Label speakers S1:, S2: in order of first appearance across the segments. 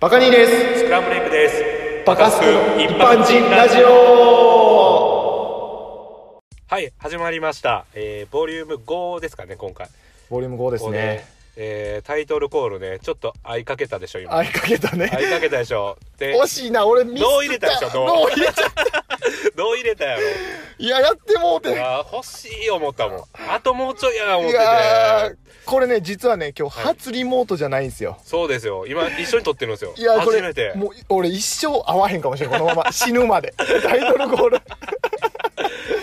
S1: バカニーです
S2: スクランブレイクです。
S1: バカスク一般人ラジオ
S2: はい、始まりました。えー、ボリューム5ですかね、今回。
S1: ボリューム5で
S2: こ
S1: す
S2: う
S1: ね。
S2: えー、タイトルコールね、ちょっと合いかけたでしょ、今。
S1: あ
S2: 合
S1: いかけたね
S2: いかけたでしょ。で、
S1: 惜しいな俺ミス
S2: どう入れたでしょどう
S1: どう入れちゃっ
S2: どう入れたやろ。
S1: たいややってもうて
S2: いやー欲しい思ったもん。あともうちょいやな思っ
S1: い
S2: てて。
S1: やーこれね実はね今日
S2: はい
S1: 初リモートじゃないんですよ
S2: そうですよ。今、一緒に撮ってるんですよ。
S1: いやーこ
S2: 初めて
S1: れ。もう俺一生会わへんかもしれんこのま ま死ぬまでタイトルコール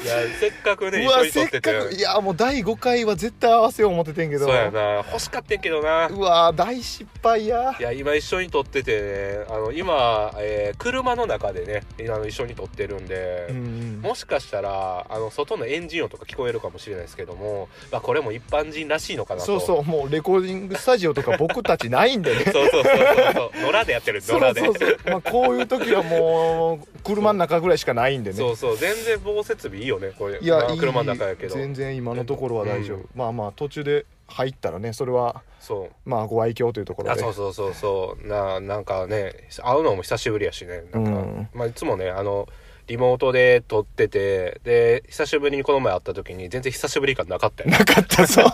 S2: いやせっかく ね、
S1: う
S2: 一
S1: わ
S2: 緒に撮
S1: せ
S2: っ
S1: ってか
S2: て。
S1: くいやーもう第5回は絶対合わせよう思っててんけど
S2: そうやな。欲しかったんけどな。
S1: うわー大失敗や
S2: いや今一緒に撮っててねあの今、えー車の中でねあの一緒に撮ってるんで、
S1: うんうん
S2: もしかしたらあの外のエンジン音とか聞こえるかもしれないですけども、まあ、これも一般人らしいのかなと
S1: そうそうもうレコーディングスタジオとか僕たちないんでね
S2: そうそうそうそうそ う野良でやってる
S1: そ
S2: 野
S1: う
S2: 良で
S1: そうそう、まあ、こういう時はもう車の中ぐらいしかないんで
S2: そ
S1: ね
S2: うそう全然防設備いいよねこれ
S1: いや、
S2: まあ
S1: いい
S2: 車の中やけど
S1: 全然今のところは大丈夫、
S2: うん
S1: まあまあ途中で入ったらねそれは
S2: そう
S1: まあご愛嬌というところ
S2: あ
S1: で
S2: そうそうそうそうななんかね会うのも久しぶりやしねなんか、
S1: うん
S2: まあ、いつもねあのリモートで撮っててで久しぶりにこの前会った時に全然久しぶり感なかったよ ね
S1: なかったそう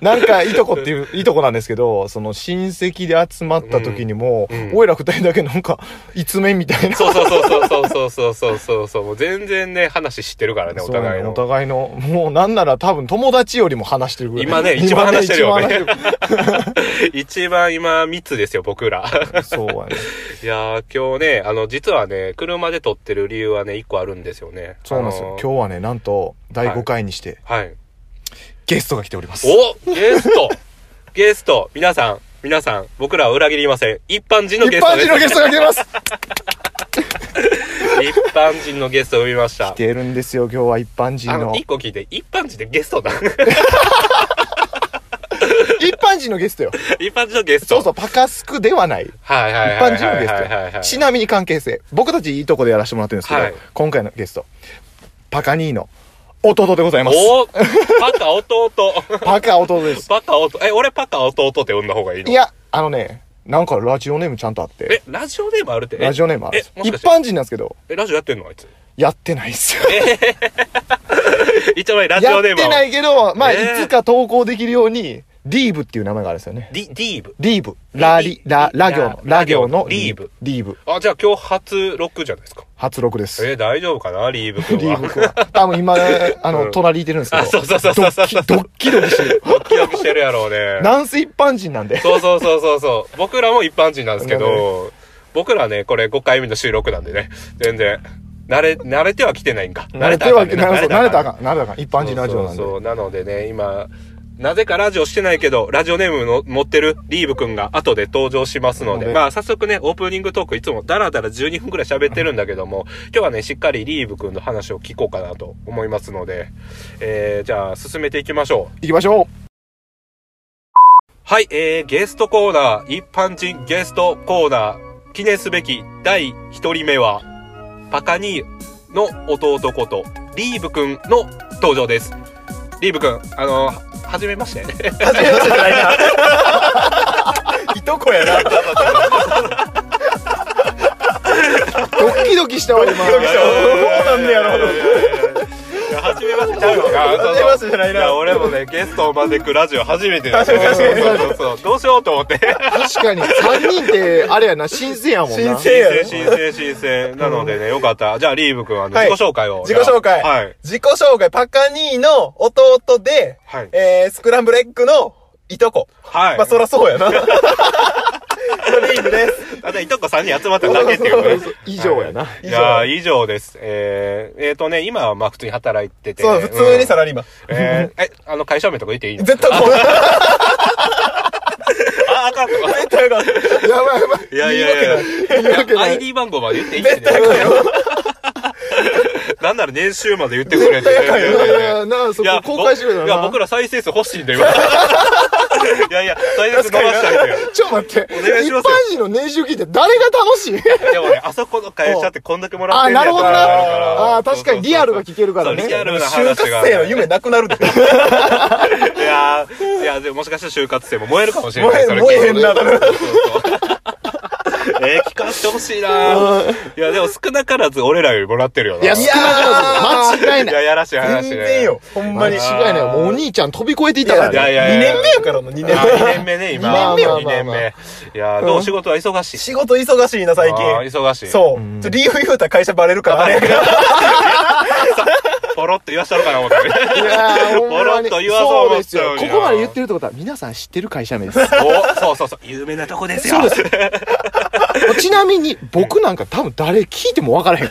S1: なんかいとこっていういとこなんですけどその親戚で集まった時にも、
S2: うんうん
S1: おいら二人だけなんかいつめみたいな
S2: そうそうそうそうそうそうそうそうそうもう全然ね話知ってるからねお
S1: そうな
S2: 互い
S1: の
S2: の
S1: お互いのもうなんなら多分友達よりも話してるぐらい
S2: 今ね一番話してるよね
S1: 今一番話してる
S2: 一番今密ですよ 僕ら
S1: そうやね
S2: いやー今日ねあの実はね車で撮ってる理由はね一個あるんですよね
S1: そうなんですよ、
S2: あのー
S1: 今日はねなんと第
S2: は
S1: 5
S2: い
S1: 回にして
S2: はい
S1: ゲストが来ております、
S2: おゲスト ゲスト皆さん皆さん僕らは裏切りません一般人のゲ
S1: 一
S2: スト
S1: 般
S2: です
S1: 人のゲストが来てます
S2: 一般人のゲストを呼びまし
S1: 来
S2: た
S1: てるんですよ今日は一般人
S2: あ
S1: の
S2: の一個聞いて一般人でゲストだ
S1: 一般人のゲストよ
S2: 一般人のゲスト
S1: そうそうパカスクではない
S2: はい
S1: 一
S2: はいはい
S1: 般人のゲ
S2: はいはい
S1: ス
S2: は
S1: ト
S2: い
S1: ちなみに関係性僕たちいいとこでやらせてもらってるんですけど、
S2: はい
S1: 今回のゲストパカ兄の弟でございます
S2: おパカ弟
S1: パカ弟です
S2: パカ弟え俺パカ弟って呼んだ方がいいの
S1: いやあのねなんかラジオネームちゃんとあって
S2: えラジオネームあるってえ
S1: ラジオネームあるんです
S2: えもし
S1: 一
S2: かして
S1: 般人なんですけど、
S2: えラジオやってんのあいつ
S1: やってないっすよ。
S2: 一応前ラジ
S1: や
S2: オ
S1: っ
S2: ネーム
S1: てないけど、まあ、
S2: えー
S1: いつか投稿できるように、ディーブっていう名前があるんですよね。
S2: ディディーブ
S1: リーブ。ラリ、ラ、ラ行の、ラ行の
S2: リーブ。
S1: リーブ。
S2: あじゃあ今日初録じゃないですか
S1: 初録です。
S2: え大丈夫かなリーブ
S1: リ
S2: 君
S1: ー
S2: は
S1: ブくんは。多分今、あ
S2: う
S1: の、
S2: ん
S1: 隣いてるんですけど。
S2: あそうそうそうそうそう
S1: ドッキドッキドキして る。
S2: ドキドキしてるやろうね
S1: なんせ一般人なんで。
S2: そうそうそうそうそう。僕らも一般人なんですけ
S1: なる
S2: ど、僕らね、これ5回目の収録なんでね、全然、慣れ、慣れては来てないんか。
S1: 慣れては、慣れ
S2: たらあんね
S1: 慣れたらあかん。慣れたらあかん。一般人のラジオなんで。
S2: そうそうそうなのでね、今、なぜかラジオしてないけど、ラジオネームの持ってるリーブくんが後で登場しますの
S1: なの
S2: で、
S1: で
S2: まあ早速ね、オープニングトークいつもダラダラ12分くらい喋ってるんだけども、今日はね、しっかりリーブくんの話を聞こうかなと思いますので、えー、じゃあ進めていきましょう。
S1: 行きましょう。
S2: はい、えー、ゲストコーナー、一般人ゲストコーナー、記念すべき第1人目は、パカニーの弟こと、リーブくんの登場です。リーブくん、あのー、はじめまして。
S1: 初めましてじゃないな。いとこやな。ドッ キドキしたわ、今。ドキ
S2: どはじめましてちゃうのか。
S1: 初めましてじゃないな
S2: そうそうや俺もね、ゲストを招くラジオ初めてだそう
S1: 確かに
S2: そうそうそう。どうしようと思って。
S1: 確かに、3人って、あれやな、新鮮やもんな。
S3: 新鮮
S2: 新
S3: やろ
S2: 鮮、新鮮、新鮮。なのでね、よかった。じゃあ、リーブくん、あの、
S3: はい
S2: 自己紹介を。
S3: 自己紹介
S2: はい。
S3: 自己紹介、パカニーの弟で、
S2: はい。
S3: えー、スクランブルエッグのいとこ。
S2: はい。
S3: まあ、そらそうやな。のリーブです。
S2: ただ、いとこ3人集まっただけっていうね。
S1: 以上やな。
S2: いやー以上です。えー、えーとね、今はまあ普通に働いてて。
S3: そう、普通にサ
S2: ら、
S3: ラリーマン。
S2: えー、え、あの、会社名とか言っていいの
S3: 絶対 こう、
S2: あ、あかんのか
S3: 絶対こう。
S1: やばいやばい。
S2: いやいやいや
S1: 言い訳
S2: いや。
S1: ない。
S2: ID 番号まで言っていい
S3: 絶対こうよ。
S2: なんなら年収まで言ってくれて。
S3: 絶対あかんよ
S2: いやいやいや
S1: なあ、そ
S2: いや
S1: こ公開しろよ
S2: いや、僕
S1: な。
S2: ら再生数欲しいんで、今。いやいや、再生数伸ばしたいんだよ。
S1: ちょっと待って。
S2: お願いしますよ
S1: 一般人の年収聞いて誰が楽しい
S2: でもね、あそこの会社ってこんだけもらって
S1: あ、
S2: んね
S1: な
S2: や
S1: るほ
S2: と
S1: ど
S2: か
S1: な。
S2: なるから
S1: あー、確かにリアルが聞けるから
S2: そうリア
S1: ね。
S2: ルな話が
S3: 就活生の夢なくなるで。
S2: いやーいやでももしかしたら就活生も燃えるかもしれない
S3: 燃え
S2: それ
S3: 燃えへんな
S2: そうそうそうしてほしいないや、でも少なからず俺らよりもらってるよな。
S1: いや、
S3: い
S1: 少
S3: や
S1: なからず、間違い
S2: い
S1: な
S2: や、
S1: い。
S2: やらしい話ね。
S3: 全然よ。ほんま
S1: 間
S3: に。
S1: 違
S3: い
S1: いない。もうお兄ちゃん飛び越えていた
S3: や、
S1: か
S3: 2
S2: いや
S1: ら
S2: い
S1: ね。
S2: やいや
S3: 年目やからの、2
S2: あ
S3: 年
S2: ー。2年
S3: 目。
S2: 目ね、今。
S3: 二年目よ
S2: 2年
S1: まあま
S2: 目。いやー、でお仕事は忙しい。
S3: 仕事忙しいな、最
S2: あー
S3: 近。
S2: 忙しい。
S3: そう
S1: うん。
S3: ちょ理由言うたら会社バレるから、あれ。
S2: ポロッと言わしたのかな、思ったね。
S1: いやーほんまに
S2: ポロッと言わそう
S1: そ
S2: 思
S1: う
S2: っ
S1: で
S2: ち
S1: す
S2: ゃう
S1: よ。
S2: ん
S1: こ
S2: や
S1: こまで言ってるってことは、皆さん知ってる会社名です。
S2: お、そうそうそう。有名なとこですよ。
S1: そうちなみに、僕なんか多分誰聞いても分 からへん。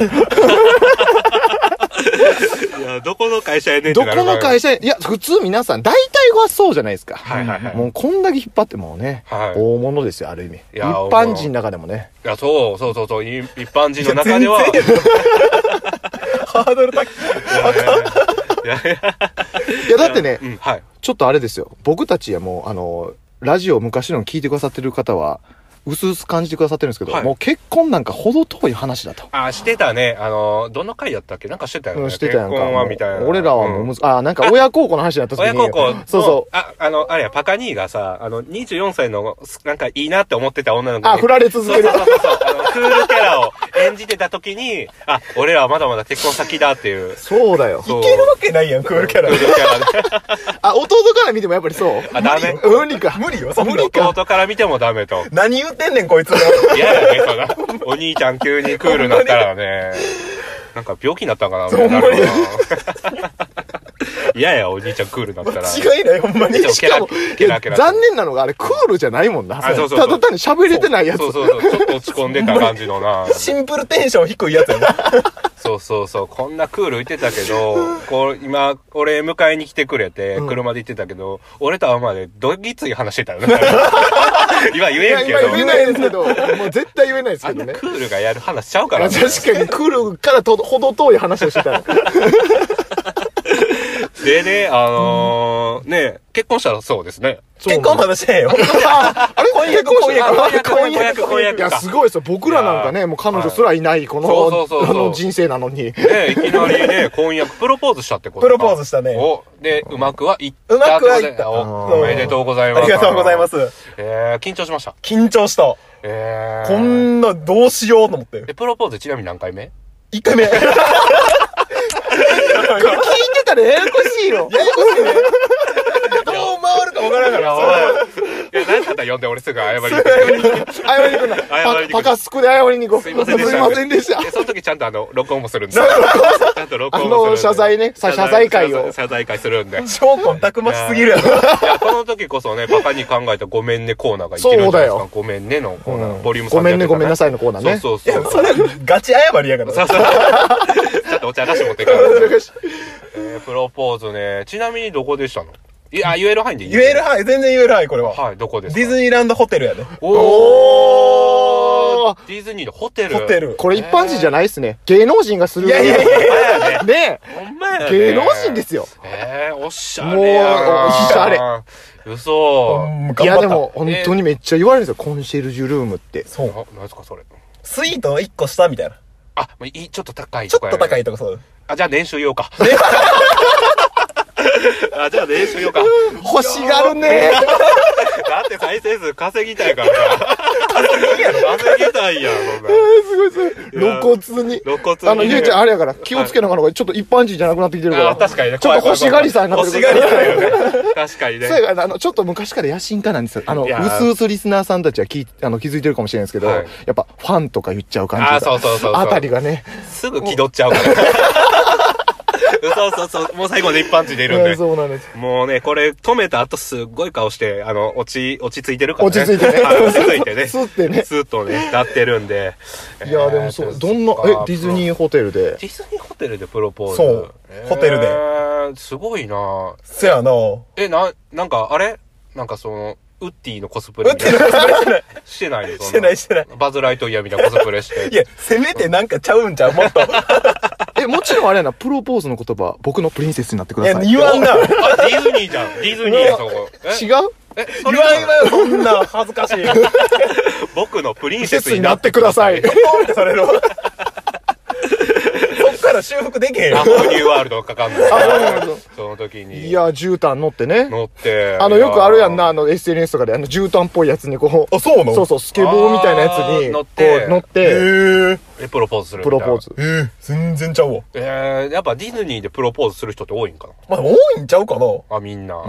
S2: いや、どこの会社やねんっ
S1: ど
S2: て
S1: こ
S2: なるから
S1: の会社、いや、普通皆さん、大体はそうじゃないですか。
S2: はいはいはい。
S1: もうこんだけ引っ張ってもね、
S2: はい
S1: 大物ですよ、ある意味。
S2: い
S1: 一
S2: や
S1: 般人の中でもね。
S2: いや、そうそうそうそう。い一般人の中では。
S3: 全然ハードル高い。
S2: いやいやいやいや
S1: いや、だってね
S2: う、ん、はい。
S1: ちょっとあれですよ。僕たちはもう、あの、ラジオ昔の聞いてくださってる方は、薄々感じてくださってるんですけど、
S2: はい
S1: もう結婚なんかほど遠い話だと。
S2: あ、してたね。あの、どの回やったっけなんかしてたよ
S1: う
S2: ね。
S1: んしてたやんか。
S2: 結婚はみたいな。
S1: もう俺らはもう
S2: うん
S1: むず、あ、なんか親孝行の話になった時に。
S2: 親孝行の。
S1: そうそう。
S2: あ、あの、あれや、パカ兄がさ、あの、24歳の、なんかいいなって思ってた女の子に。
S1: あ、振られ続
S2: そう
S1: ける
S2: そう。そうそう。あの、クールキャラを演じてた時に、あ、俺らはまだまだ結婚先だっていう。
S1: そうだよ。
S2: そう
S3: いけるわけないやん、クールキャ ラ
S2: クー。ルキャラで。
S1: あ、弟から見てもやっぱりそう。
S2: あ、ダメ。
S1: 無理か。
S3: 無理よ、そんな
S1: 無理か
S2: 弟から見てもダメと。
S3: 何言ってんねん、こいつら。
S2: 嫌やね、そら。 お兄ちゃん急にクールになったらね。なんか病気になったんかな、みたいになるよな。嫌や、お兄ちゃんクールになったら。
S3: 違いない、ほんまに。
S2: し
S1: しかも、い
S2: ケラ
S1: や
S2: ケラ。
S1: 残念なのがあれクールじゃないもんな。
S2: あ
S1: た
S2: そ
S1: だ
S2: うそうそう
S1: 単に喋れてないやつ。
S2: そうそうそう。ちょっと落ち込んでた 感じのな。
S3: シンプルテンション低いやつやな。
S2: そうそうそう。こんなクール言ってたけど、こう、今、俺迎えに来てくれて、車で行ってたけど、俺と会うまでどぎつい話してた よね。今言
S1: い
S2: え
S1: や、
S2: んけ
S1: 今
S2: ど。
S1: 言えないですけど、もう絶対言えないです
S2: あ
S1: け
S2: ん
S1: ど
S2: な
S1: ね。
S2: クールがやる話しちゃうから
S1: 確
S2: ね。
S1: かにクールからとほど遠い話をしてた ら。
S2: でね、あのー、ね、結婚したらそうですね。
S3: 結婚まだしてへん よ。
S1: ああれ婚約婚
S2: 婚
S1: 約
S2: 約婚約婚約
S1: いや、すごいですよ。僕らなんか
S2: いや
S1: ね、もう彼女すらいない、こ
S2: そうそうそう
S1: の、
S2: そ
S1: あ
S2: う
S1: の人生なのに。
S2: ね、いきなり ね、婚約、プロポーズしたってこと
S3: プロポーズしたね
S2: お、で、うまくはいった。
S3: うまくはいった
S2: おおめでとうござい
S3: あ
S2: ます。
S3: りがとうございま。す。
S2: えー、緊張しました。
S3: 緊張した。
S2: えー。
S3: こんな、どうしようと思って。
S2: え、プロポーズちなみに何回目
S3: 一回 目。
S1: これ聞いてたらややこしいよ。
S3: どう回るか分からんか
S2: いや、
S3: ら。
S2: おい。いや、何だったら呼んで俺すぐ謝りに行くけど
S1: 謝りに行くな。
S2: 謝りに行く
S1: パパカスクで謝りに行こう。
S2: すいませんでした。
S1: すいませんでした
S2: えその時ちゃんとあの、録音もするんですよ。ちゃんと録音もする
S1: あ
S2: んで
S1: の謝罪ねさ謝罪会を
S2: 謝罪会 するんで。
S3: 超魂たくましすぎるやろ。
S2: いや、この時こそね、パカに考えたごめんねコーナーがいけるんじゃないです
S1: そうだ
S2: か
S1: よ。
S2: ごめんねのコーナー。
S1: うん
S2: ボリューム3
S1: ごめんねごめんなさいのコーナーね
S2: そう
S3: い
S2: そうそう
S3: や、。それ、 ガチ謝りやから。
S2: そうそうちょっとお茶菓子持ってくる、えープロポーズね。ちなみにどこでしたのいや、言える範囲でいい
S3: 言える範囲、全然言える範囲、これは。
S2: はい、どこで
S3: デ
S2: すか
S3: ィズニーランドホテルやね。
S2: お
S1: お
S2: ーディズニーのホテル。
S3: ホテ。ル。
S1: これ一般人じゃないですね。芸能人がする。
S3: いやいやいや
S2: や
S1: ね
S2: ほんまやね。
S1: え芸能人ですよ。
S2: えー、おしゃれやな
S1: もうおしゃれ。
S2: 嘘。
S3: うん
S1: いやでも、本当にめっちゃ言われるんですよ。コンシェルジュルームって。
S3: そう
S2: あ、何ですかそれ。
S3: スイートの1個下みたいな。
S2: あ、もういい、ちょっと高い
S3: ちょ
S2: とこ
S3: っ
S2: や
S3: と
S2: ね
S3: 高いとこそう。
S2: あ、じゃあ年収言おうか。 あ、じゃあ年収言おうか。
S1: 欲しがるね。
S2: だって再生数稼ぎたいからさ。稼ぎたいやん、そんな。
S1: すごいすごい。 露骨に。
S2: 露骨に
S1: あの、ゆうちゃん、あれやから、気をつけなあかんのが、ちょっと一般人じゃなくなってきてるから。
S2: あ確かにね。
S1: ちょっと欲しがりさんになって
S2: 欲
S1: るか
S2: しが
S1: ら
S2: りさん よね。確かにね
S1: そう。やからあの、ちょっと昔から野心家なんですよ。あの、
S2: いうやー
S1: すうすリスナーさんたちは気、あの、気づいてるかもしれないですけど、
S2: はい
S1: やっぱ、ファンとか言っちゃう感じ
S2: あーそうそうそうそう
S1: あたりがね、
S2: すぐ気取っちゃうから。そうそうそう。もう最後まで一般人出るん
S1: えー
S2: で。
S1: そうなんです。
S2: もうね、これ止めた後すっごい顔して、あの、落ち、落ち着いてるからね。
S1: 落ち着いてね
S2: はい落ち着い てね。
S1: スッてね
S2: スッとね、なってるんで。
S1: いやーでもそう、どんな、え、ディズニ
S2: ー。
S1: ーホテルで。
S2: ディズニーホテルでプロポーズ。
S3: そうホテルで
S2: えー。すごいな
S3: せやな
S2: え、な、なんか、あれなんかその、ウッディのコスプレみたいな。 してないよ、そん
S3: してないしてない。
S2: バズ・ライトイヤーみたいなコスプレして。
S3: いや、せめてなんかちゃうんちゃう もっと。
S1: え、もちろんあれやな、プロポーズの言葉、僕のプリンセスになってく
S3: い
S1: だ
S3: や、
S1: さい。
S3: 言わんな。
S2: あディズニーじゃん。ディズニーや、そこ。
S1: 違
S2: え、
S1: う
S2: え、そ
S3: 言
S2: れ
S3: わんわよ、そんな。恥ずかし い。
S2: 僕のプリン
S1: 季
S2: セス
S1: 節
S2: に
S1: にな
S2: なっ
S1: って てください。
S3: ポンってされるわ。そっからら修復できへん
S2: ア
S3: よ
S2: フ。ニューワールドかかんない。
S1: あなるほど
S2: その時に。
S1: いや、絨毯乗ってね。
S2: 乗って。
S1: あの、よくあるやんな、
S2: い
S1: あの、SNS とかで、あの、絨毯っぽいやつにこう、
S3: あ、そうなの
S1: そうそう、スケボーみたいなやつに、
S2: あー乗
S1: こ
S2: って
S1: う、乗っ
S3: へ
S1: て、
S3: え。
S2: や。プロポーズするみ
S1: プ
S2: たいな。
S1: ロポーズ。
S3: えー、全然ちゃうわ。
S2: えー、やっぱディズニーでプロポーズする人って多いんか
S3: まあ、多いんちゃうかな
S2: なあ、みんな。
S3: ん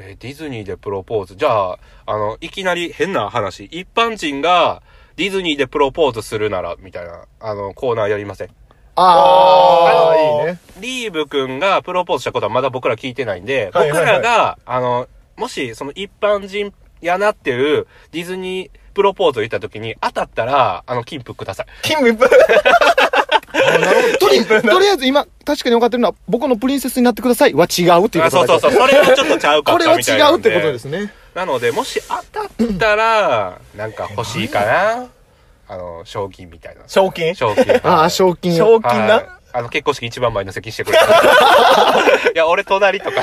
S2: えーディズニーでプロポーズ。じゃあ、あの、いきなり変な話。一般人がディズニーでプロポーズするなら、みたいな、あの、コーナーやりません。
S1: あ
S3: あ
S1: あ、
S3: ー
S1: いいね。
S2: リーブくんがプロポーズしたことはまだ僕ら聞いてないんで、
S3: はい
S2: 僕らが、あの、もし、その一般人やなっていうディズニープロポーズを言った時に当たったら、あの、金服ください。
S3: キングいっぱい。
S1: あなるほどと りとりあえず今、確かに分かってるのは、僕のプリンセスになってくださいは違うっていう
S2: あ
S1: こと
S2: そうそうそう。それはちょっとちゃうか
S1: こ
S2: っ
S1: れ
S2: た
S1: は
S2: みたいな
S1: 違うんってことですね。
S2: なので、もし当たったら、なんか欲しいかなあの、賞金みたいな。
S3: 賞金
S2: 賞金。
S1: ああ、賞金を。
S3: 賞金な、
S2: はいあの、結婚式一番前の席にしてくれた。 いや、俺隣とか。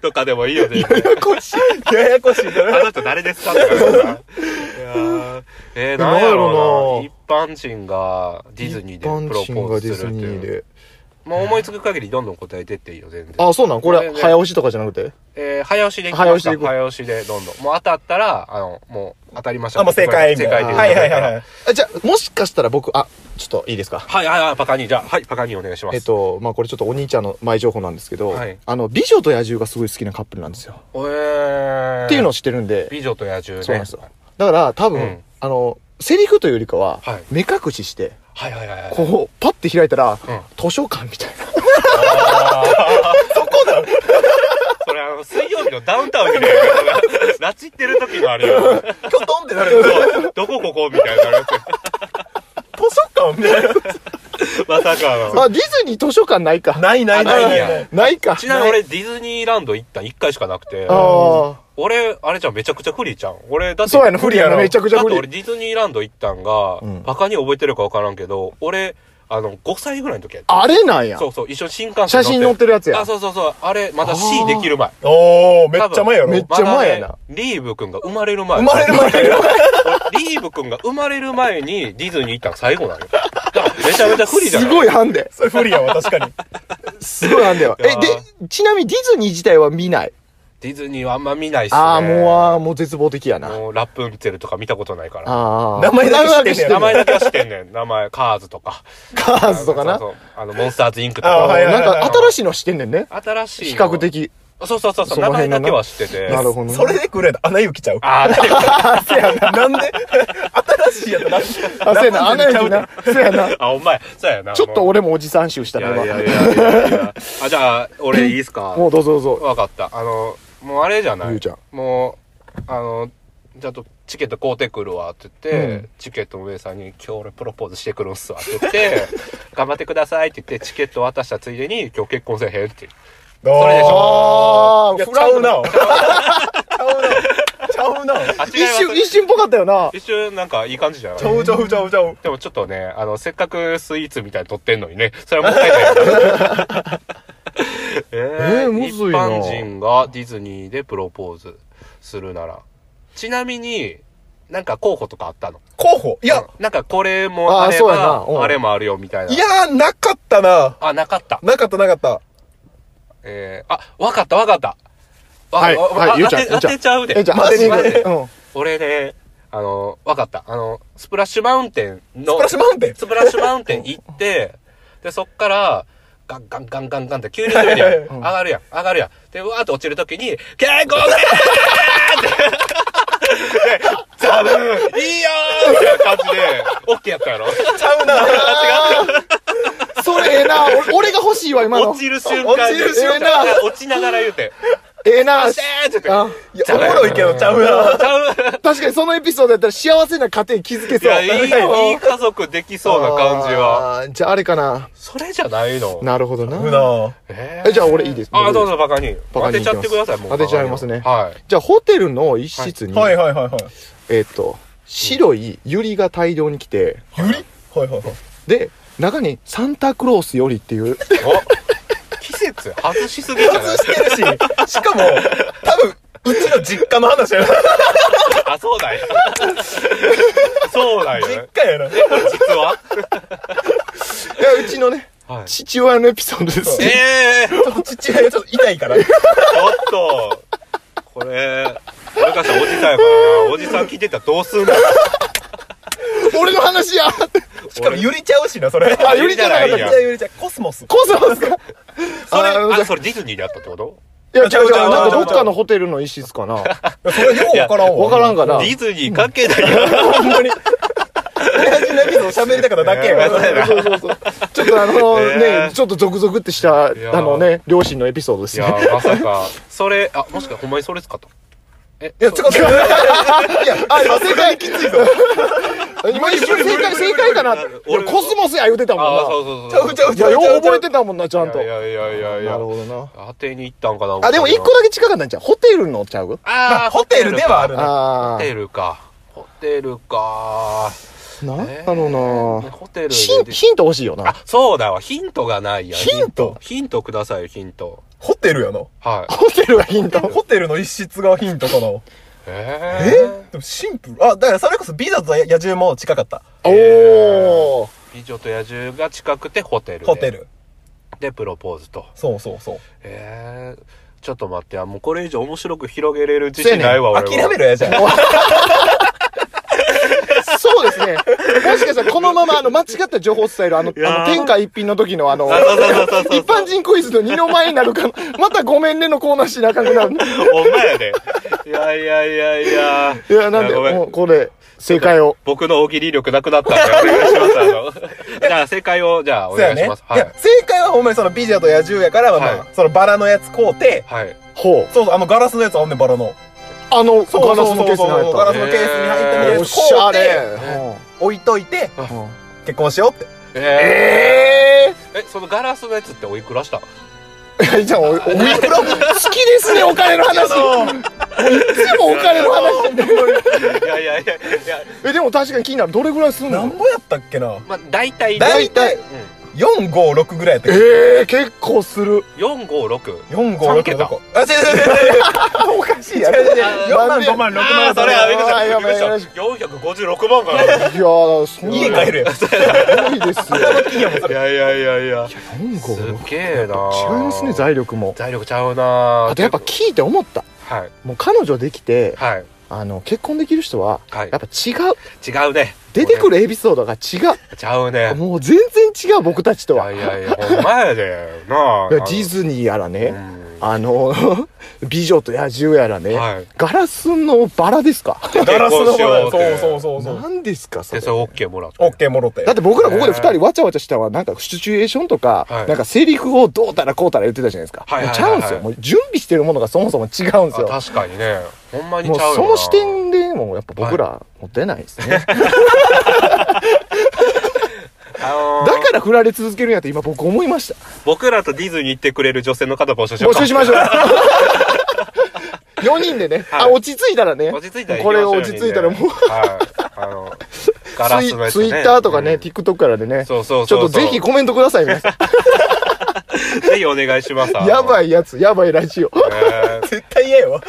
S2: とかでもいいよね。
S3: ややこしい。ややこしいな。
S2: あの人誰ですかって言われたらいやーえー、なんやろうな。一般人がディズニーでプロポーズするって
S1: 一般人がディズニー
S2: いう。
S1: で。
S2: もう思いつく限りどんどん答えてっていいよ、全然。
S1: あ、そうなんこ
S2: これ
S1: れ、
S2: ね
S1: 早押しとかじゃなくて
S2: えー、早押しでいきますか
S1: 早押しでいこう
S2: 早押しでどんどん。もう当たったら、あの、もう当たりました。
S3: あ、もう正解み
S2: 正
S3: た
S2: 解
S3: い
S2: で
S3: な。
S2: す。
S3: はいはいはいはい。
S1: あじゃあ、もしかしたら僕、あ、ちょっといいですか
S2: はいはいはい、パカニー。じゃあ、はい、パカニーお願いします。
S1: えっと、まあ、これちょっとお兄ちゃんの前情報なんですけど、
S2: はい
S1: あの、美女と野獣がすごい好きなカップルなんですよ。
S2: えー、
S1: っていうのを知ってるんで、
S2: 美女と野獣ね。
S1: そうなんですよ。だから、多分、
S2: うん
S1: あの、セリフというよりかは、
S2: はい
S1: 目隠しして、
S2: はいはいはいはい。
S1: こう、パッて開いたら、
S2: ん
S1: 図書館みたいな。
S2: それあの、水曜日のダウンタウン みたいなやつが、拉致ってる時のあれ よ。
S3: キョトンってなるよ。図
S2: そうどこここみたいなや
S3: 書館みたいな。
S2: つ。 まさかの。
S1: あ、ディズニー図書館ないか。
S3: ないないないないない。
S1: ないか。
S2: ちなみに俺ディズニーランド行った1回しかなくて、
S1: あ
S2: 俺、あれじゃん、めちゃくちゃ不利じゃん。俺、だっ
S1: あ。
S2: て、
S1: そうやな、不利やな、
S3: 不利やな
S1: めちゃくちゃ
S2: だっ
S1: 不
S2: て
S1: 利
S2: 俺。ディズニーランド行ったんが、
S1: うん
S2: バカに覚えてるかわからんけど、俺、あの、5歳ぐらいの時やった。
S1: あれなんや
S2: そ。うそう、一緒に新幹線
S1: 写真載ってるやつや
S2: あ、。そうそうそう、あれ、まだ C できる前。
S3: おー、めっちゃ前やろ。
S1: めっちゃ前やな
S2: まだねリーブくんが生まれる前。
S3: 生まれる生まれる。
S2: 俺リーブくんが生まれる前にディズニー行ったの最後なのよ。だからめちゃめちゃ不利じゃん。
S1: すごいハンデ。
S3: それ不利やわ、確かに。
S1: すごいハンデよ。
S2: いや
S1: え、で、ちなみにディズニー自体は見ない。
S2: ディズニーはあんま見ないっすね。
S1: ああ、もう、あーもう絶望的やな。あ
S2: もうラプンツェルとか見たことないから。
S1: あー。
S3: 名前だけ知ってんねや
S1: る
S2: 名前だけは知ってんねん。名前、カーズとか。
S1: カーズとかな。
S2: そうそうあの、モンスターズインクと
S3: あはい
S2: か。
S1: なんか新しいの知ってんねんね。
S2: 新しい。
S1: 比較。的。
S2: そうそうそうそう。
S1: そ
S2: 名
S1: の
S2: 前
S1: 辺
S2: だ
S1: のな
S2: けは知ってて。
S1: なるほどね。
S3: それでくれた。穴行きちゃう。
S2: ああ、だって
S3: なんで新しいやつ
S1: あ、そうやな、アナ
S3: ちゃ
S1: 雪な。そうやな。
S2: あ、お前、そうやな。
S1: ちょっと
S2: もう
S1: 俺もおじさん臭した
S2: い
S1: な、
S2: やい
S1: 今。
S2: やいやいやいや。あ、じゃあ、俺いいっすか。
S1: もうどうぞどうぞ。
S2: わかった。あの、もうあれじゃない。
S1: ゆうちゃん
S2: もう、あの、ちゃんとチケット買うてくるわって言って、
S1: う
S2: チケットの上さんに、今日俺プロポーズしてくるんすわって言って、頑張ってくださいって言って、チケット渡したついでに、今日結婚せえへんっていう。
S3: そ
S2: れでし
S1: あ
S3: い
S1: あ、
S3: や、
S1: フ
S3: ち
S1: ラ
S3: ゃう
S1: ンク
S3: な。ちゃうな。ちゃうな。
S2: あ、違いま
S1: 一
S2: す
S1: 瞬、一瞬ぽかったよな。
S2: 一瞬なんかいい感じじゃない
S3: ちゃうちゃうちゃうちゃう。
S2: でもちょっとね、あの、せっかくスイーツみたいに撮ってんのにね、それはもったいない。 え
S1: えーむずいな
S2: 一般人がディズニーでプロポーズするなら。ちなみに、なんか候補とかあったの
S3: 候補いや、
S2: なんかこれもあれ
S1: あーそうやな
S2: ば、
S1: うん
S2: あれもあるよみたいな。
S3: いやー、なかったな。
S2: あ、なかった。
S3: なかったなかった。
S2: えー、あ、わかったわかった。わ
S1: はい
S2: わわ
S1: はいゆうちゃん
S2: 当て当てちゃうで。
S1: え、じゃあ当
S3: マ
S1: て
S3: ジ
S1: に行
S3: で
S1: く。
S2: マジ
S1: うん。
S2: 俺ね、あの、わかった。あの、スプラッシュマウンテンの。
S3: スプラッシュマウンテン
S2: スプラッシュマウンテン行って、で、そっから、ガンガンガンガンガンって急に上がる
S3: はいはい
S2: や
S3: は
S2: ん
S3: い。
S2: 上がるやん。上がるやん。で、うわーって落ちるときに、結構だーって。でザブーンいいよーみたいな感じで、オッケーやったやろ。
S3: ちゃうな。
S1: それええな。俺俺が欲しいわ、今の
S2: 落。ちる瞬間に
S1: 落ちる瞬間
S2: ええな落ちながら言うて、
S1: ええな。
S2: あ
S1: あ
S2: っしゃーって言って。
S3: いや、おもろいけどちゃうな。
S2: ちゃう
S1: 確かにそのエピソードやったら幸せな家庭築け
S2: い
S1: そう。
S2: や、いいよいい家族できそうな感じは。
S1: あー。じゃああれかな。
S2: それじゃないの。
S1: なるほど
S3: ちゃう
S1: な。
S3: な。
S2: え
S1: えじゃあ俺いいです
S2: あ、どうぞ、バカに。
S1: バ
S2: 当
S1: カ
S2: て
S1: に
S2: ちゃってください、もう。
S1: 当てちゃいますね
S2: はい。
S1: じゃあホテルの一室に、
S3: はいはいはいはい。
S1: えっと、白いユリが大量に来て、
S3: ゆりはいはいはい。
S1: で、中にサンタクロースよりっていう、
S2: お季節外しすぎじゃない
S3: 外してるし、しかも、多分、うちの実家の話やな。
S2: あ、そうだよ。そうだよ
S3: 実。家やな。
S2: 実は
S1: や、うちのね、
S2: はい。
S1: 父親のエピソードですね。
S2: ええー、ち
S3: ちょっと父親がちょっと痛いから。
S2: ょっと、これ、これかしたらおじさんやからな。おじさん聞いてたらどうすんの
S1: 俺の話や
S3: しかも揺れちゃうしな、それ。
S1: あ、ゆりちゃんなかっ
S2: ゆ
S1: た
S2: り
S1: っけ
S2: じゃない
S3: ゃ揺れちゃう。コスモス。
S1: コスモスか
S2: それ、
S1: あー
S2: あ、それディズニーでやったってこと
S1: いや、違う違う。
S3: ちゃう
S1: なんかどっかのホテルの一室かな。
S3: それようわからんわ。
S1: わからんかな
S2: デ。ィズニー関係ないや
S3: ほんまに。親父のエピソード喋りたかっただけやから。
S2: え
S1: そうそうそう。ちょっとあの
S2: えー
S1: ね、ちょっとゾクゾクってした、あ
S2: いや
S1: のね、両親のエピソードですね。
S2: いや、まさか、それ、あ、もしかしてほんまにそれ使ったえ、
S3: いや、ちょっと、いや、
S1: あ、今正解きついぞ。今一瞬正解、正解かな。いや、コスモスや言うてたもん
S2: ああ、そ
S1: な
S2: うそう
S3: ち
S2: そうそ
S3: ゃ
S2: う
S3: うち。ゃう
S1: い
S3: ちゃ
S1: や、
S3: う。
S1: よう覚えてたもんな、ちゃんと。
S2: いやいやいやいやいや。
S1: なるほどな。
S2: 当てに行ったんかな
S1: あ、でも一個だけ近かったんちゃうホテルのちゃう
S2: ああ、
S3: ホテルではある
S1: あ
S3: な。
S2: ホテルか。ホテルか。
S1: あ。なん
S2: えー
S1: だろうな。
S2: ホテルで
S1: ヒンヒント欲しいよな
S2: あ。、そうだわ。ヒントがないや。
S1: ヒント
S2: ヒントくださいよ、ヒント。
S3: ホテルやな。
S2: はい。
S1: ホテルがヒント。
S3: ホテルの一室がヒントかな。え
S2: え
S3: でもシンプル。あ、だからそれこそ美女と野獣も近かった。
S1: おー。
S2: 美女と野獣が近くてホテルで。
S3: ホテ。ル。
S2: で、プロポーズと。
S3: そうそうそう。
S2: ええ。ちょっと待ってや、もうこれ以上面白く広げれる自信ないわ、俺は。
S3: 諦めろやじゃん。
S1: そうですね。もしかしたらこのままあの間違った情報を伝えるあの、
S2: やー
S1: あの天下一品の時のあの、
S2: そうそうそうそうそう
S1: 一般人クイズの二の前になるか、またごめんねのコーナーしなあかんくなる。
S2: お前やで。いやいやいやいや。
S1: いや、なんで、
S2: ごめ
S1: もうこれ、正解を。
S2: 僕の大喜利力なくなったんで、お願いしま す。あの、じゃあ正解を、じゃあお
S3: そうや
S2: 願い
S3: ね。
S2: し
S3: い
S2: ます。はい。
S3: や、正解はほんまにその美女と野獣やから、まあま
S2: は
S3: あ、そのバラのやつ買うて、
S2: はい。
S1: ほう。
S3: そうそう、あのガラスのやつあんねん、バラの。
S1: あの、
S3: そうそ
S1: ガ
S3: うそ
S1: ラ
S3: う
S1: スのケースに入っ
S3: ガラ
S1: た。
S3: スのケースに入った
S2: ス
S3: や
S1: お
S3: つ
S1: し
S3: 買
S1: ゃ
S3: うて、
S1: れ。
S3: 置いといて、
S1: うんうん
S3: 結婚しようって。
S2: え
S1: え
S2: ー、え、そのガラスのやつっておいくらした
S1: え。じゃあ、お、お、お好きですね、お金の話。いつもお金の話。
S2: いやいやいやいや、
S1: え、でも確かに気になる。どれぐらいする
S3: なん
S1: の
S3: ぼやったっけな。
S2: まあ、大体、
S3: 大体
S2: うん、
S3: 4、5、6ぐらいやったっけ
S1: ええ、結構する。
S2: 4、5、6。
S3: 4、
S2: 三
S3: 5、6
S2: 桁
S3: どこあ、違う違う違う 違う。
S1: おかしいや
S3: 違う違う違う4
S1: なん
S3: 万、
S1: で
S3: 5万、6
S2: あ
S3: 万
S2: あ、、それはびっくりした
S1: あーやばいやばい
S2: 456万かな。
S1: いやー、そんな
S3: 家帰るやん。
S1: いいですよ。
S2: いやいやいやいや。
S1: 4
S2: す
S1: 5 6
S2: げえな
S1: 違いますね、財力も。
S2: 財力ちゃうな
S1: あとやっぱ聞いて思った。
S2: はい。
S1: もう彼女できて、
S2: はい。
S1: あの、結婚できる人は、
S2: はい
S1: やっ。ぱ違う。
S2: 違うね。
S1: 出てく
S2: る。
S1: るエピソードが違
S2: ちゃう
S1: う。
S2: ね。
S1: もう全然違う、僕たちと
S2: い
S1: は。
S2: や
S1: い
S2: いやいや、ほんまやで。なあ。
S1: やディズニーやら
S2: う
S1: ね、
S2: ん
S1: あの、 美女と野獣やらね、
S2: はい
S1: ガラスのバラですか
S3: ガラスの方
S2: 結婚し
S3: や
S2: ようって
S3: そうそうそうそう。
S1: 何ですか、そ
S2: で、
S1: れ。
S2: それオッケーもらって。
S3: オッケーもろて。
S1: だって僕らここで
S2: え
S1: 二
S2: ー
S1: 人わちゃわちゃしたのはなんかシチュエーションとか、
S2: はい
S1: なんかセリフをどうたらこうたら言ってたじゃないですか。
S2: はいはいはい
S1: も
S2: は
S1: ちゃう
S2: いう
S1: んですよ。もう準備してるものがそもそも違うんですよ。
S2: あ確かにね。ほんまに
S1: もう
S2: ちゃうよな。
S1: その視点でもやっぱ僕らもう出ないです ね。
S2: あのー
S1: だから振られ続けるんやって今僕思いました。
S2: 僕らとディズニー行ってくれる女性の方募集しよ
S1: 募
S2: うか
S1: 集し ましょう。4人でね、
S2: はい
S1: あ、落ち着いたらね。
S2: 落ち着いたら行きましょう
S1: これが落ち着いたらもう、
S2: はい。あの、ガラスのやつ
S1: ツイ
S2: ね。
S1: ツイッターとかね、
S2: うん
S1: TikTok からでね。
S2: そうそう
S1: ちょ
S2: そ
S1: っと
S2: うそう。
S1: ぜひコメントください、皆さ
S2: ぜひお願いします。
S1: ん。やば
S2: い。
S1: いやつ、やばいラジオ。
S2: えー
S3: 絶対言えよ。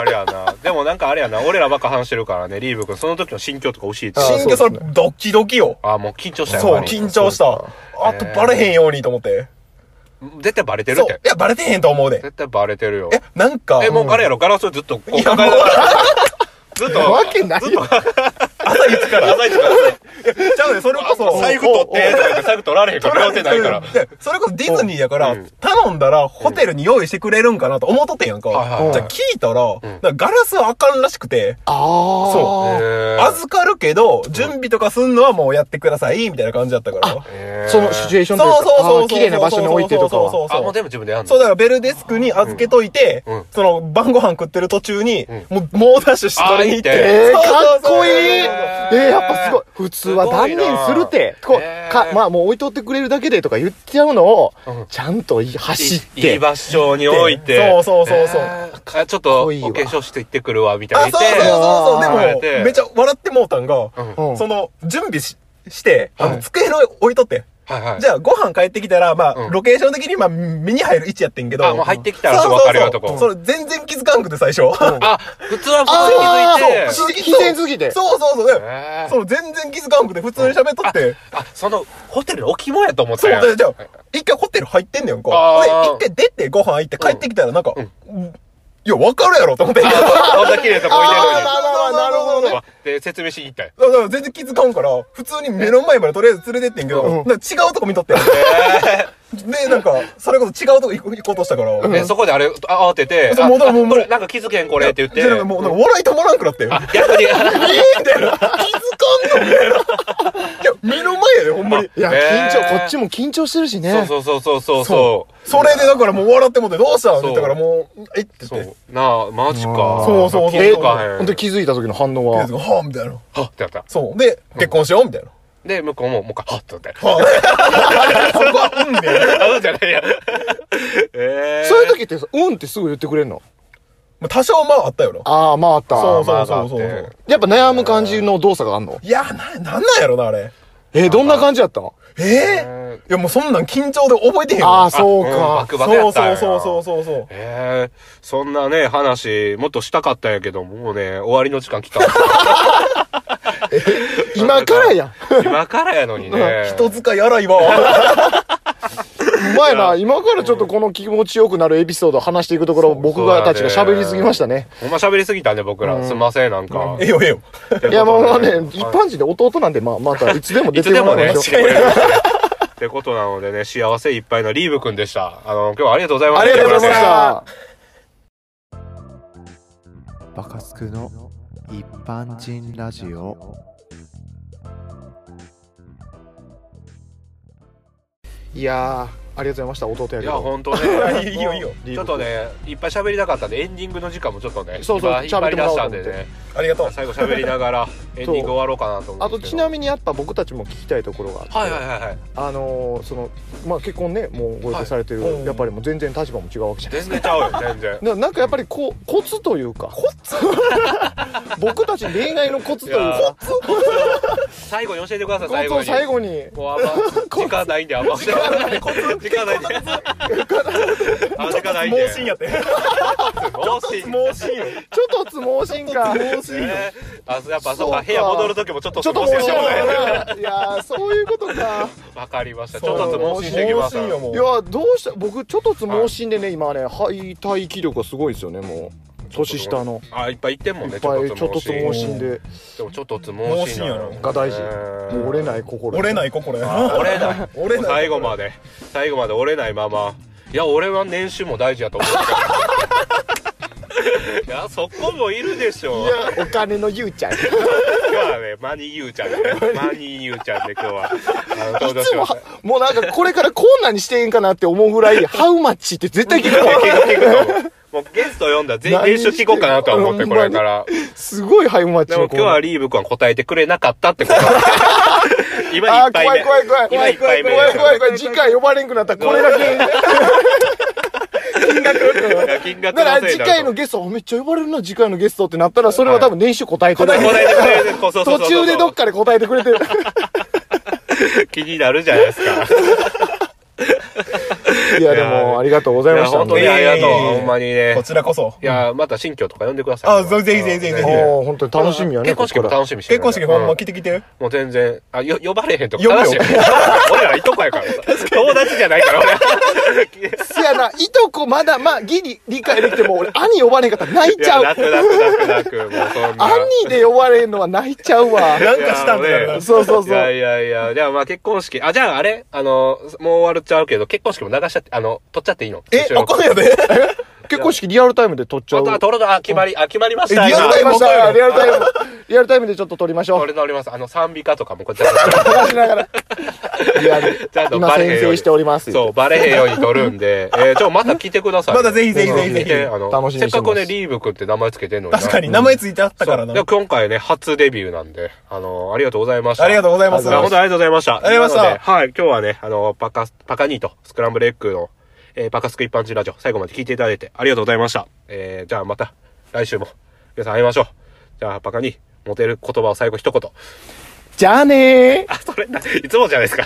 S2: あれやな。でもなんかあれやな。俺らばっか話してるからね、リーブ君、その時の心境とか教えて
S1: あー
S2: よ。
S3: 新居
S1: そ
S3: そうれ
S1: です
S3: ドキドキよ。
S2: あー、もう緊張したよ。
S3: そう、
S2: やっぱり
S3: 緊張した。
S1: そう
S3: あとバレへんようにと思って。
S2: 絶対バレてる
S3: そ
S2: っ
S3: う。
S2: て
S3: い。や、バレてへんと思うで。
S2: 絶対バレてるよ。
S3: え、なんか、
S2: え、もう
S3: うん
S2: 彼やろ、ガラスをずっとこ
S3: いうや
S2: 抱えながら。ずっと。
S1: わけないよ。
S3: 朝一から。
S2: 朝一から
S3: ちゃうね、それこそ。
S2: 財布取って、とか言って財布取られへんから、両手ないから。
S3: でそれこそディズニーやか
S2: う
S3: ら
S2: ん、
S3: 頼んだらホテルに用意してくれるんかなと思っとってんやんか。
S2: はいはいはい
S3: じゃあ聞いたら、なんかガラスはあかんらしくて、
S1: ああ。
S3: そ
S2: えー
S3: 預かるけど、準備とかすんのはもうやってください、みたいな感じだったから。
S2: えー
S1: そのシチュエーシ
S3: そ
S1: ョ
S3: う
S1: ンという
S3: そ
S1: か、
S3: うそう
S1: あ
S3: そ
S1: ー
S3: う。
S1: 綺麗な場所に置いてると
S3: そ
S1: は。
S3: うそ
S2: あ、
S3: うそ
S2: もう
S3: う。
S2: 全部自分でやんの
S3: そうだからベルデスクに預けといて、
S2: うん
S3: その晩ご飯食ってる途中に、もう猛ダッシュして取りに行って。
S2: あー
S1: えー、
S3: そう
S1: か
S3: そう
S1: っ
S3: そう
S1: こいいえ
S2: そう
S1: ー、やっぱすごい。普通は断念するて、
S2: すご
S1: こ
S2: いな
S1: う、か
S2: え、ー
S1: まあもう置いとってくれるだけでとか言っちゃうのを
S2: うん、
S1: ちゃんと走っ
S2: いい
S1: て
S2: い。場所に置いて。
S3: そうそうそうそう
S2: えーあちょっと、お
S1: こ
S2: 化
S1: いいわ
S2: 粧して行ってくるわ、みたい
S3: あ、
S2: な。
S3: そうそう
S2: いて
S3: そう
S1: あ
S2: ー
S3: そう。でも、めっちゃ笑ってもうたんが、
S2: うん
S1: うん
S3: その、準備しして、あ
S1: は
S3: の、
S1: い
S3: 机の上置いとって。
S2: はいはい。
S3: じゃあ、ご飯帰ってきたら、ま
S2: う
S3: あ、
S2: ん
S3: ロケーション的に、まあ、目に入る位置やってんけど。
S2: あもう入ってきたら分かるようなとこ
S3: そうそうそうそれ、全然気づかんくて、最初。
S2: あ、普通は普通に気づいて。
S1: そう自然すぎて。
S3: そうそうそう。で
S2: えー
S3: その全然気づかんくて、普通に喋っとって。
S2: あ、その、ホテルの置物やと思っ
S3: そ
S2: たんや
S3: う、でじゃあ、一回ホテル入ってんねやんか。で、
S2: あー
S3: 一回出てご飯行って帰ってきたら、なんか、うんいや、分かるやろと思って。
S2: こんな綺麗なとこ置いてるのに。
S1: あーなるほどね
S2: わで、説明しに行ったよ。
S3: だから全然気づかんから、普通に目の前までとりあえず連れてってんけど、
S1: うん
S3: なんか違うとこ見とってん。で、なんか、それこそ違うとこ行こう行こうとしたから、
S2: で、そこであれ、あ慌てて、
S3: そう
S2: あ
S3: もうだからもう
S2: あこれなんか気づけんこれって言っ
S3: じゃあな
S2: て
S3: んか。もう、なんか笑い止まらんくなって。え
S2: あ、逆 に。
S3: ーみたいな。気づかんのみたいな。いや、目の前やで、ほんまに。
S1: いや、緊
S2: ね
S1: 張、こっちも緊張してるしね。
S2: そうそうそうそうそう。
S3: それでだからもう笑ってもって、どうしたんっ
S2: う
S3: て言ったからもう、えって
S2: そ
S3: 言って。
S2: う。なあ、マジか。
S3: そうそうそう
S2: 気づかへん。
S1: 本当に気づいた時の反応
S3: で
S1: は。
S3: はぁみたいな。
S2: はっってやった。
S3: そう。で、結婚しようみたいな。
S2: で、向こうも、もう一回、はっってやった。
S3: はぁ そこは、うんみたいな。
S2: あ、うんじゃない や。ええ。
S1: そういう時ってさ、うんってすぐ言ってくれんの
S3: まあ多少まああったよな。
S1: ああ、まああった。
S3: そう
S2: まあ
S3: そうそうそ
S2: だ
S3: う
S2: って
S1: やっぱ悩む感じの動作があんの
S3: いや、な、なんなんやろな、あれ。
S1: えー、どんな感じやったの
S3: え
S2: うん
S3: えいや、もうそんなん緊張で覚えてへんよ。
S1: ああ、そう
S2: うん
S1: か
S2: バ。クバクやったんや
S3: そうそうそうそうそう
S2: ええそんなね、話、もっとしたかったんやけど、もうね、終わりの時間来た。
S1: 今からやん。
S2: 今からやの にね。
S3: 人使い荒いわ
S1: うまいな。今からちょっとこの気持ちよくなるエピソードを話していくところ、僕がたちが喋りすぎましたね。
S2: ほんま喋りすぎたね、僕ら。すんません、なんか。
S3: ええよええよ
S2: ということ
S1: い
S2: で
S1: や、まあまあね、一
S2: はい
S1: 般人で弟なんで、まあ、またいつでも
S2: い
S1: 出
S2: つ
S1: て
S2: で
S1: も
S2: も
S1: ら
S2: ね、
S1: いま
S2: 来
S1: してょう。
S2: くれる。ってことなのでね、幸せいっぱいのリーブくんでした。あの、今日はありがとうございました。
S1: ありがとうございました。
S4: バカスクの一般人ラジオ
S1: いやー、ありがとうございました、弟や
S2: い
S1: け
S2: や、
S1: ど。
S2: ほんとね。
S3: いいよいいよ
S2: ちょっとね、いっぱい喋りたかったんで、エンディングの時間もちょっとね、
S1: そうそう
S2: 今引っ張り出したんで
S1: 喋って
S2: ね、
S3: ありがとう
S2: 最後喋りながら、エンディング終わろうかなと思
S1: あ
S2: うん
S1: と
S2: で
S1: ち
S2: すけど。
S1: なみにやっぱ僕たちも聞きたいところがあって、
S2: はいはいはいはい。
S1: あのーそのまあ結婚ねもうご一緒されてる、
S3: はいうん
S1: やっぱりもう全然立場も違うわけじゃない
S2: 全然ちゃうよ、全然。
S1: ななんかやっぱりこうコツというかコツ 僕たち恋愛のコツという
S2: いや
S1: か
S2: 最後に教えてください、
S1: コ
S2: 最
S1: ツを
S2: 後
S1: 最
S2: に。
S1: 後に
S2: もうあんま、時間ないんで、あんま。時間ない。時間ないんで。あ、時間ないんで。
S3: 盲信やって
S2: 盲信。
S3: 盲信よ
S1: ちょっとつ盲信か
S3: 盲信よ
S2: ねあ、やっぱそう
S1: そうか
S2: か、部屋戻る時もちょっと
S1: ちょっと
S2: 盲
S1: 盲信
S2: 信
S1: だ
S2: やもんね
S1: からいやーそういうことか
S2: わかりました。ち
S3: そう
S2: ょっとずつ盲信してきま
S3: 盲
S2: す。
S3: 信よ
S2: ち
S3: も
S1: いうやどうした僕ちょっとつ盲信でね今ね敗退気力がすごいですよねもう年下の。
S2: あ、いっぱい言ってんもん
S1: い
S2: ね。
S1: っぱいちょっとつ
S2: 盲
S1: 盲
S2: 信。
S1: 信で
S2: でもちょっとずつ盲信。
S3: 盲信やな
S1: が大事もう折れないい心
S3: 折れない心や
S2: あ折れない。
S3: 折れない
S2: 最後まで。最後まで折れないまま。いや、俺は年収も大事やと思うけ ど。いや、そこもいるでしょ。
S1: いやお金のゆうちゃん
S2: 今日はね、マニーユーちゃんでね、マニーユーちゃんで今日は、あの、登場
S1: いつ
S2: し
S1: も
S2: ました
S1: は。もうなんかこれからこんなにしてんかなって思うぐらい「ハウマッチ」って絶対聞く わ
S2: 聞くと思うもうゲスト読んだら全員練習聞こうかなとは思って、これから。
S1: すごいハウマッチ
S2: でも
S1: の
S2: 今日はリーブ君は答えてくれなかったってこと今い
S1: あ
S2: っ
S1: ー
S2: ぱい
S1: 怖い
S2: 目。
S1: 怖い怖い
S2: 今
S1: 怖
S2: いっ
S1: い
S2: ぱ
S1: 怖
S2: い
S1: い
S2: 目
S1: 怖い怖い怖い次回呼ばれんくなったこれだ け
S2: 金額
S1: だか
S2: の
S1: ら
S2: せい
S1: 次
S2: だ
S1: 回の
S2: と。
S1: ゲストあめっちゃ呼ばれるな次回のゲストってなったらそれは多分年収答えてな
S2: 答
S1: い
S2: えてくれるそうそうそうそ
S1: 途
S2: う
S1: 中でどっかで答えてくれてる
S2: 気になるじゃないですか。
S1: いやでもありがとうござい
S2: い
S1: ま
S2: や、
S1: した
S2: 本当にありがとう。
S3: いやいやいや
S2: ほんまにね
S3: こ。ちらこそ
S2: いや、また新居とか呼んでください。
S3: あぜひぜひぜひぜひぜひ
S1: もう本当に楽しみやね
S2: 結婚式も
S1: ここか
S2: 楽しみにして
S3: 結
S2: る
S3: 婚式ほん
S2: う
S3: ま来てきて
S2: もう全然、あ、よ、呼ばれへんとか
S3: 呼ぶよ
S2: 悲しい。俺らいとこやからさ。友達じゃないから、 俺。
S1: らせやないとこまだまあギリ理解できても俺兄呼ばれんかったら泣い
S2: い
S1: ちゃ
S2: や、
S1: う
S2: 楽楽楽楽。もうそんな。
S1: 兄で呼ばれんのは泣いちゃうわ
S3: なんかしたん
S2: いや
S3: だ
S2: も
S3: よ
S2: ね
S1: そうそう
S2: い
S1: そ
S2: や
S1: う
S2: いやいや、じゃあまあ結婚式、あ、じゃああれあの、もう終わるっちゃうけど、結婚式も流しちゃって、あの、撮っちゃっていいの
S3: え
S2: 収
S3: あ
S2: 録
S3: これやで
S1: 結婚式リアルタイムで撮っちゃ
S2: あ
S1: う
S2: とは撮るの、あ、決まり、あ、決まりました。
S3: えリアルタ
S1: 撮
S3: イ
S1: り
S3: ム
S1: ました
S3: リ
S1: リアルタイムリアルタイムでちょっと撮りましょう
S2: 撮り直ります。あの、賛美歌とかもこっちらで。
S1: 話しながら。リア ル
S2: ちゃん。と
S1: 今
S2: バレへ
S1: 先
S2: んよう
S1: 生
S2: に
S1: しております。
S2: そう、バレへんように撮る んで、えー、ちょ、また来てください。
S3: まだぜひぜひぜひ
S2: 来て、
S3: ぜ
S2: あの、
S1: 楽しみに
S2: せっ
S1: して
S2: か
S1: ます
S2: くね、リーブ君って名前つけてんの
S3: ひ確かに名前ついてあった
S2: だ
S3: からなあ
S2: 今回ね、初デビューなんで、あの、ありがとうございました。
S3: りがとうございます
S2: いや本当にありがとうございました。
S3: ありがとうございました
S2: なのではい、今日はね、あの、パカ、パカニーとスクランブルエッグの、えーパカスク一般人ラジオ、最後まで聞いていただいてありがとうございました。えー、じゃあまた、来週も、皆さん会いましょう。じゃあ、パカニー、モテる言葉を最後一言。
S1: じゃあねー。
S2: あ、それ、いつもじゃないですか。